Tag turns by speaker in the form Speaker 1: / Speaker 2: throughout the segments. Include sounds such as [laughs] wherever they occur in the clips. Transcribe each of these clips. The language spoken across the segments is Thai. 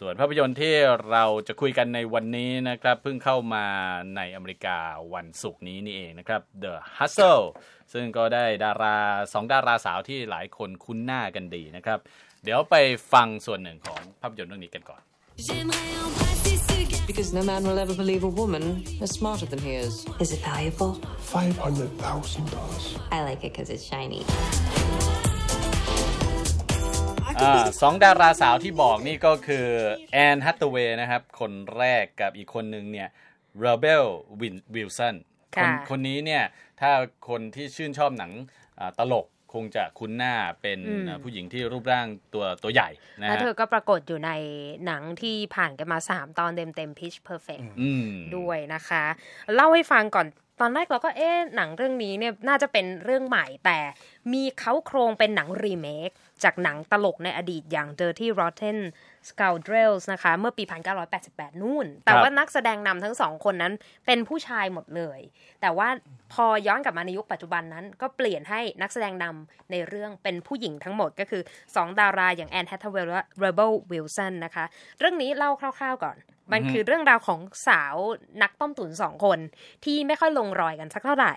Speaker 1: ส่วนภาพยนตร์ที่เราจะคุยกันในวันนี้นะครับเพิ่งเข้ามาในอเมริกาวันศุกร์นี้นี่เองนะครับ The Hustle ซึ่งก็ได้ดาราสองดาราสาวที่หลายคนคุ้นหน้ากันดีนะครับ เดี๋ยวไปฟังส่วนหนึ่งของภาพยนตร์เรื่องนี้กันก่อน
Speaker 2: Because no man will ever believe a woman is smarter than he is.
Speaker 3: Is it valuable?
Speaker 4: Five hundred thousand dollars.
Speaker 3: I like it because it's shiny.
Speaker 1: อาสองดาราสาวที่บอกนี่ก็คือแอนฮัตเตเวย์นะครับ คนแรกกับอีกคนหนึ่งเนี่ยเรเบลวินวิลสันคน
Speaker 5: ค่ะ
Speaker 1: คนนี้เนี่ย ถ้าคนที่ชื่นชอบหนังอ่าตลกคงจะคุ้นหน้าเป็นผู้หญิงที่รูปร่างตัวตัวใหญ่นะ
Speaker 5: แล้ว
Speaker 1: ฮะ
Speaker 5: เธอก็ปรากฏอยู่ในหนังที่ผ่านกันมา 3 ตอนเต็มๆ Pitch Perfect
Speaker 1: อืม
Speaker 5: ด้วยนะคะ เล่าให้ฟังก่อนตอนแรกเราก็เอ๊ะหนังเรื่องนี้เนี่ยน่าจะเป็นเรื่องใหม่แต่มีเขาโครงเป็นหนังรีเมค จากหนังตลกในอดีตอย่าง Dirty Rotten Scoundrels นะคะ เมื่อปี 1988 นู่น แต่
Speaker 1: ครับ
Speaker 5: ว่านักแสดงนำทั้งสองคนนั้นเป็นผู้ชายหมดเลย แต่ว่าพอย้อนกลับมาในยุคปัจจุบันนั้น ก็เปลี่ยนให้นักแสดงนำในเรื่องเป็นผู้หญิงทั้งหมดก็คือ 2 ดาราอย่างแอนแฮทเทเวลและเรเบลวิลสันนะคะ เรื่องนี้เล่าคร่าวๆก่อน มันคือเรื่องราวของสาวนักต้มตุ๋นสองคน ที่ไม่ค่อยลงรอยกันสักเท่าไหร่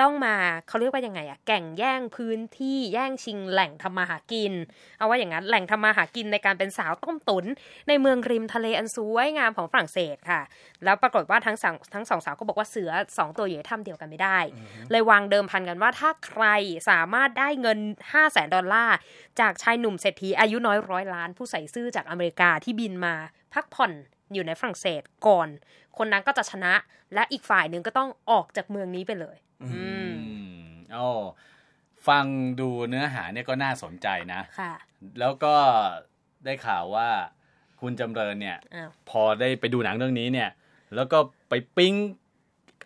Speaker 5: ต้องมาเขาเรียกว่ายังไงอะแก่งแย่งพื้นที่แย่งชิงแหล่งทำมาหากิน เอาว่าอย่างนั้นแหล่งทำมาหากินในการเป็นสาวต้มตุน ในเมืองริมทะเลอันสวยงามของฝรั่งเศสค่ะ แล้วปรากฏว่าทั้งสองทั้งสองสาวก็บอกว่าเสือสองตัวอยู่ในถ้ำเดียวกันไม่ได้ เลยวางเดิมพันกันว่าถ้าใครสามารถได้เงิน 5 0 0แสนดอลลาร์ จากชายหนุ่มเศรษฐีอายุน้อยร้อยล้าน ผู้ใส่ซื่อจากอเมริกาที่บินมา พักผ่อนอยู่ในฝรั่งเศสก่อน คนนั้นก็จะชนะ และอีกฝ่ายหนึ่งก็ต้องออกจากเมืองนี้ไปเลย อืม
Speaker 1: อืมอ๋อฟังดูเนื้อหาเนี่ยก็น่าสนใจนะ
Speaker 5: ค่ะ
Speaker 1: แล้วก็ได้ข่าวว่าคุณจำเริญเนี่ย
Speaker 5: อ้าว
Speaker 1: พอได้ไปดูหนังเรื่องนี้เนี่ย แล้วก็ไปปิ๊ง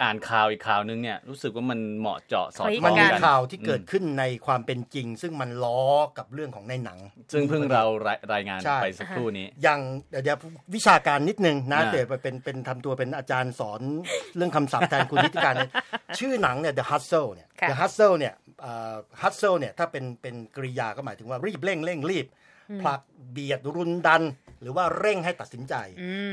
Speaker 1: อ่านข่าวอีกข่าวนึงเนี่ย รู้สึกว่ามันเหมาะเจาะสอดค
Speaker 5: คลิก
Speaker 1: ล้
Speaker 6: มั
Speaker 1: อน ง
Speaker 6: มี
Speaker 1: กัน
Speaker 6: ข่าวที่เกิดขึ้นในความเป็นจริง ซึ่งมันล้อกับเรื่องของในหนัง
Speaker 1: ซึ่งเพิ่งเรารายรายงาน
Speaker 6: ใช่
Speaker 1: ไปสักครู่นี้
Speaker 6: อย่างเดี๋ยวเดี๋ยววิชาการนิดนึงนะ
Speaker 1: อ่า
Speaker 6: เดี๋ยวไปเป็นเป็นทำตัวเป็นอาจารย์สอน [laughs] เรื่องคำศัพท์แทนคุณนิติการเนี่ยชื่อหนังเนี่ย The Hustle เนี่ย
Speaker 5: ค่ะ
Speaker 6: The Hustle เนี่ยเอ่อ Hustle เนี่ยถ้าเป็นเป็นกริยาก็หมายถึงว่ารีบเร่งเร่งรีบผลักเบียดรุนดัน หรือว่าเร่งให้ตัดสินใจ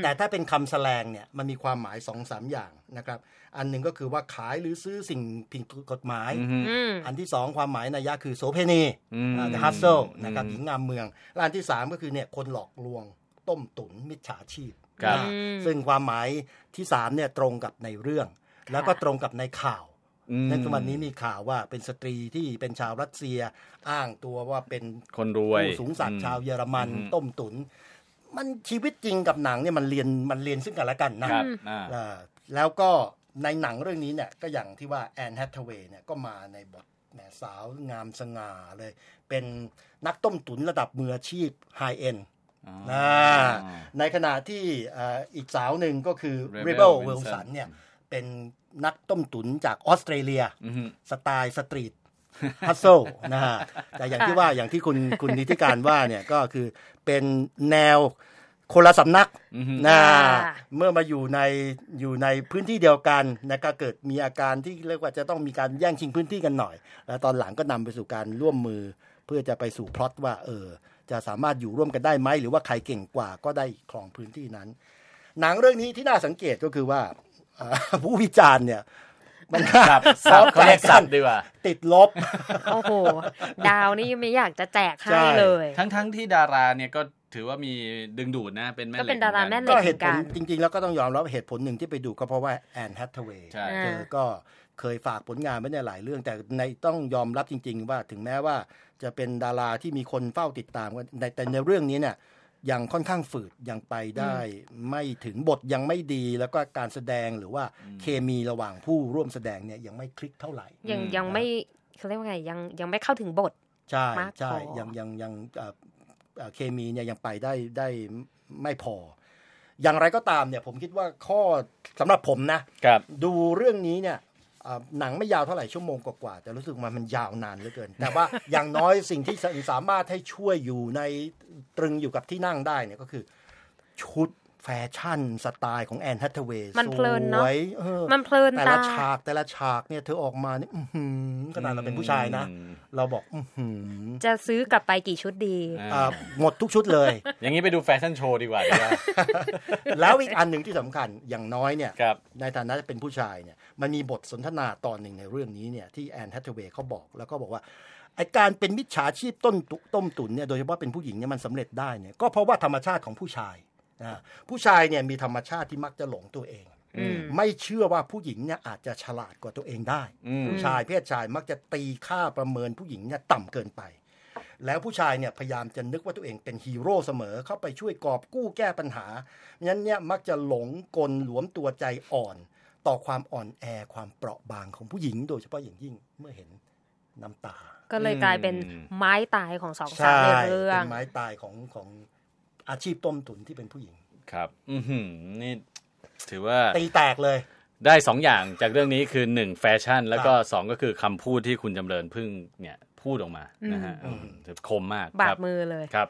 Speaker 6: แต่ถ้าเป็นคำแสลงเนี่ยมันมีความหมายสองสามอย่างนะครับอันหนึ่งก็คือว่าขายหรือซื้อสิ่งผิดกฎหมาย
Speaker 5: อืม
Speaker 6: อันที่สองความหมายนัยยะคือโสเพณี
Speaker 1: อืม
Speaker 6: เดอะฮัสเซิลนะครับหญิงงามเมืองและอันที่สามก็คือเนี่ยคนหลอกลวงต้มตุ๋นมิจฉาชีพ
Speaker 1: ครับ
Speaker 6: นะซึ่งความหมายที่สามเนี่ยตรงกับในเรื่อง แล้วก็ตรงกับในข่าว
Speaker 1: อืม
Speaker 6: นั่นคือวันนี้มีข่าวว่าเป็นสตรีที่เป็นชาวรัสเซียอ้างตัวว่าเป็น
Speaker 1: คนรวย
Speaker 6: ผู้สูงสักดิ์ชาวเยอรมัน ต้มตุ๋นมันชีวิตจริงกับหนังเนี่ยมันเรียนมันเรียนซึ่งกันและกันนะ
Speaker 1: ครับอ่า
Speaker 6: เอ่อแล้วก็ในหนังเรื่องนี้เนี่ยก็อย่างที่ว่าแอนแฮทเวย์เนี่ยก็มาในบทแหมสาวงามสง่าเลย เป็นนักต้มตุ๋นระดับมืออาชีพไฮเอ็นนะในขณะที่เอ่ออีกสาวหนึ่งก็คือ
Speaker 1: Rebel
Speaker 6: r e b e l
Speaker 1: Wilson
Speaker 6: Wilson เนี่ยเป็นนักต้มตุ๋นจากออสเตรเลีย
Speaker 1: อือฮึ
Speaker 6: สไตล์สตรีท ฮัสโซล [laughs] นะฮะแต่อย่างที่ว่าอย่างที่คุณคุณนิติการว่าเนี่ยก็คือเป็นแนวคนละสำนักนะ
Speaker 5: อ่า
Speaker 6: เมื่อมาอยู่ในอยู่ในพื้นที่เดียวกันนะก็เกิดมีอาการที่เรียกว่าจะต้องมีการแย่งชิงพื้นที่กันหน่อย แล้วตอนหลังก็นำไปสู่การร่วมมือ เพื่อจะไปสู่พล็อตว่าเออจะสามารถอยู่ร่วมกันได้ไหมหรือว่าใครเก่งกว่าก็ได้ครองพื้นที่นั้น หนังเรื่องนี้ที่น่าสังเกตก็คือว่า [laughs] เอ่อผู้วิจารณ์เนี่ยมัน [laughs]
Speaker 1: สับสับเขาเรียกสับดีกว่า
Speaker 6: ติดลบ
Speaker 5: โอ้โห ดาวนี่ไม่อยากจะแจก
Speaker 6: ใช่
Speaker 5: ให้เลย
Speaker 1: ทั้งทั้งที่ดาราเนี่ยก็ถือว่ามีดึงดูดนะ เป็นแม่เหล็ก
Speaker 5: ก็เป็นดาราแม่เหล็
Speaker 6: ก็
Speaker 1: มือนน
Speaker 6: เหตุผล
Speaker 5: เหมือนกัน
Speaker 6: จริง ๆ แล้วก็ต้องยอมรับเหตุผลหนึ่งที่ไปดูก็เพราะว่าแอนแฮทเทเวย์
Speaker 1: ใช่
Speaker 6: เธอก็เคยฝากผลงานไว้ในหลายเรื่อง แต่ในต้องยอมรับจริง ๆ ว่าถึงแม้ว่าจะเป็นดาราที่มีคนเฝ้าติดตามกันในแต่ในเรื่องนี้เนี่ยยังค่อนข้างฝืดยังไปได้ไม่ถึงบทยังไม่ดีแล้วก็การแสดงหรือว่าเคมีระหว่างผู้ร่วมแสดงเนี่ยยังไม่คลิกเท่าไหร่
Speaker 5: ยังยังไม่เขาเรียกว่าไงยังยังไม่เข้าถึงบท
Speaker 6: ใช่
Speaker 5: มาก
Speaker 6: ใช่
Speaker 5: พอ
Speaker 6: ยังยังยังเอ่อเอ่อเคมีเนี่ยยังไปได้ได้ไม่พอ อย่างไรก็ตามเนี่ยผมคิดว่าข้อสำหรับผมนะ
Speaker 1: ครับ
Speaker 6: ดูเรื่องนี้เนี่ยเอ่อหนังไม่ยาวเท่าไหร่ชั่วโมงกว่าๆแต่รู้สึกว่ามันยาวนานเหลือเกิน แต่ว่า [laughs] อย่างน้อยสิ่งที่สามารถให้ช่วยอยู่ในตรึงอยู่กับที่นั่งได้เนี่ยก็คือ ชุด แฟชั่นสไตล์ของแอนแฮทเทเวย์
Speaker 5: มันเพลินเนอะ
Speaker 6: สวยออ
Speaker 5: มันเพลิน
Speaker 6: แต่
Speaker 5: ตา
Speaker 6: ละฉากแต่ละฉากเนี่ยเธอออกมานี่อื้อหือขนาดเราเป็นผู้ชายนะ
Speaker 1: อืม
Speaker 6: เราบอกอื้อหือ
Speaker 5: จะซื้อกลับไปกี่ชุดดี
Speaker 6: อ่าหมดทุกชุดเลย
Speaker 1: อย่างนี้ไปดูแฟชั่นโชว์ดีกว่าดีกว่า
Speaker 6: แล้วอีกอันหนึ่งที่สำคัญอย่างน้อยเนี่ย
Speaker 1: ครับ
Speaker 6: ในฐานะเป็นผู้ชายเนี่ยมันมีบทสนทนาตอนหนึ่งในเรื่องนี้เนี่ยที่แอนแฮทเทเวย์เขาบอกแล้วก็บอกว่าไอการเป็นมิจฉาชีพต้นตุต้มตุนเนี่ยโดยเฉพาะเป็นผู้หญิงเนี่ยมันสำเร็จได้เนี่ยก็เพราะว่าธรรมชาติของผู้ชายนะผู้ชายเนี่ยมีธรรมชาติที่มักจะหลงตัวเอง
Speaker 5: อืม
Speaker 6: ไม่เชื่อว่าผู้หญิงเนี่ยอาจจะฉลาดกว่าตัวเองได้
Speaker 1: อืม
Speaker 6: ผู้ชายเพศชายมักจะตีค่าประเมินผู้หญิงเนี่ยต่ำเกินไป แล้วผู้ชายเนี่ยพยายามจะนึกว่าตัวเองเป็นฮีโร่เสมอเข้าไปช่วยกอบกู้แก้ปัญหางั้นเนี่ยมักจะหลงกลหลวมตัวใจอ่อน ต่อความอ่อนแอความเปราะบางของผู้หญิง โดยเฉพาะอย่างยิ่งเมื่อเห็นน้ำตา
Speaker 5: ก็เลยกลายเป็น
Speaker 1: อืม
Speaker 5: ไม้ตายของสองสาวในเรื่อง
Speaker 6: เป็นไม้ตายของของอาชีพต้มตุ๋นที่เป็นผู้หญิง
Speaker 1: ครับอือหือนี่ถือว่า
Speaker 6: ตีแตกเลย
Speaker 1: ได้สองอย่างจากเรื่องนี้คือหนึ่งแฟชั่น แล้วก็สองก็คือคำพูดที่คุณจำเริญเพึ่งเนี่ยพูดออกมานะฮะอืมคมมากค
Speaker 5: บาด
Speaker 1: รับ
Speaker 5: มือเลย
Speaker 1: ครับ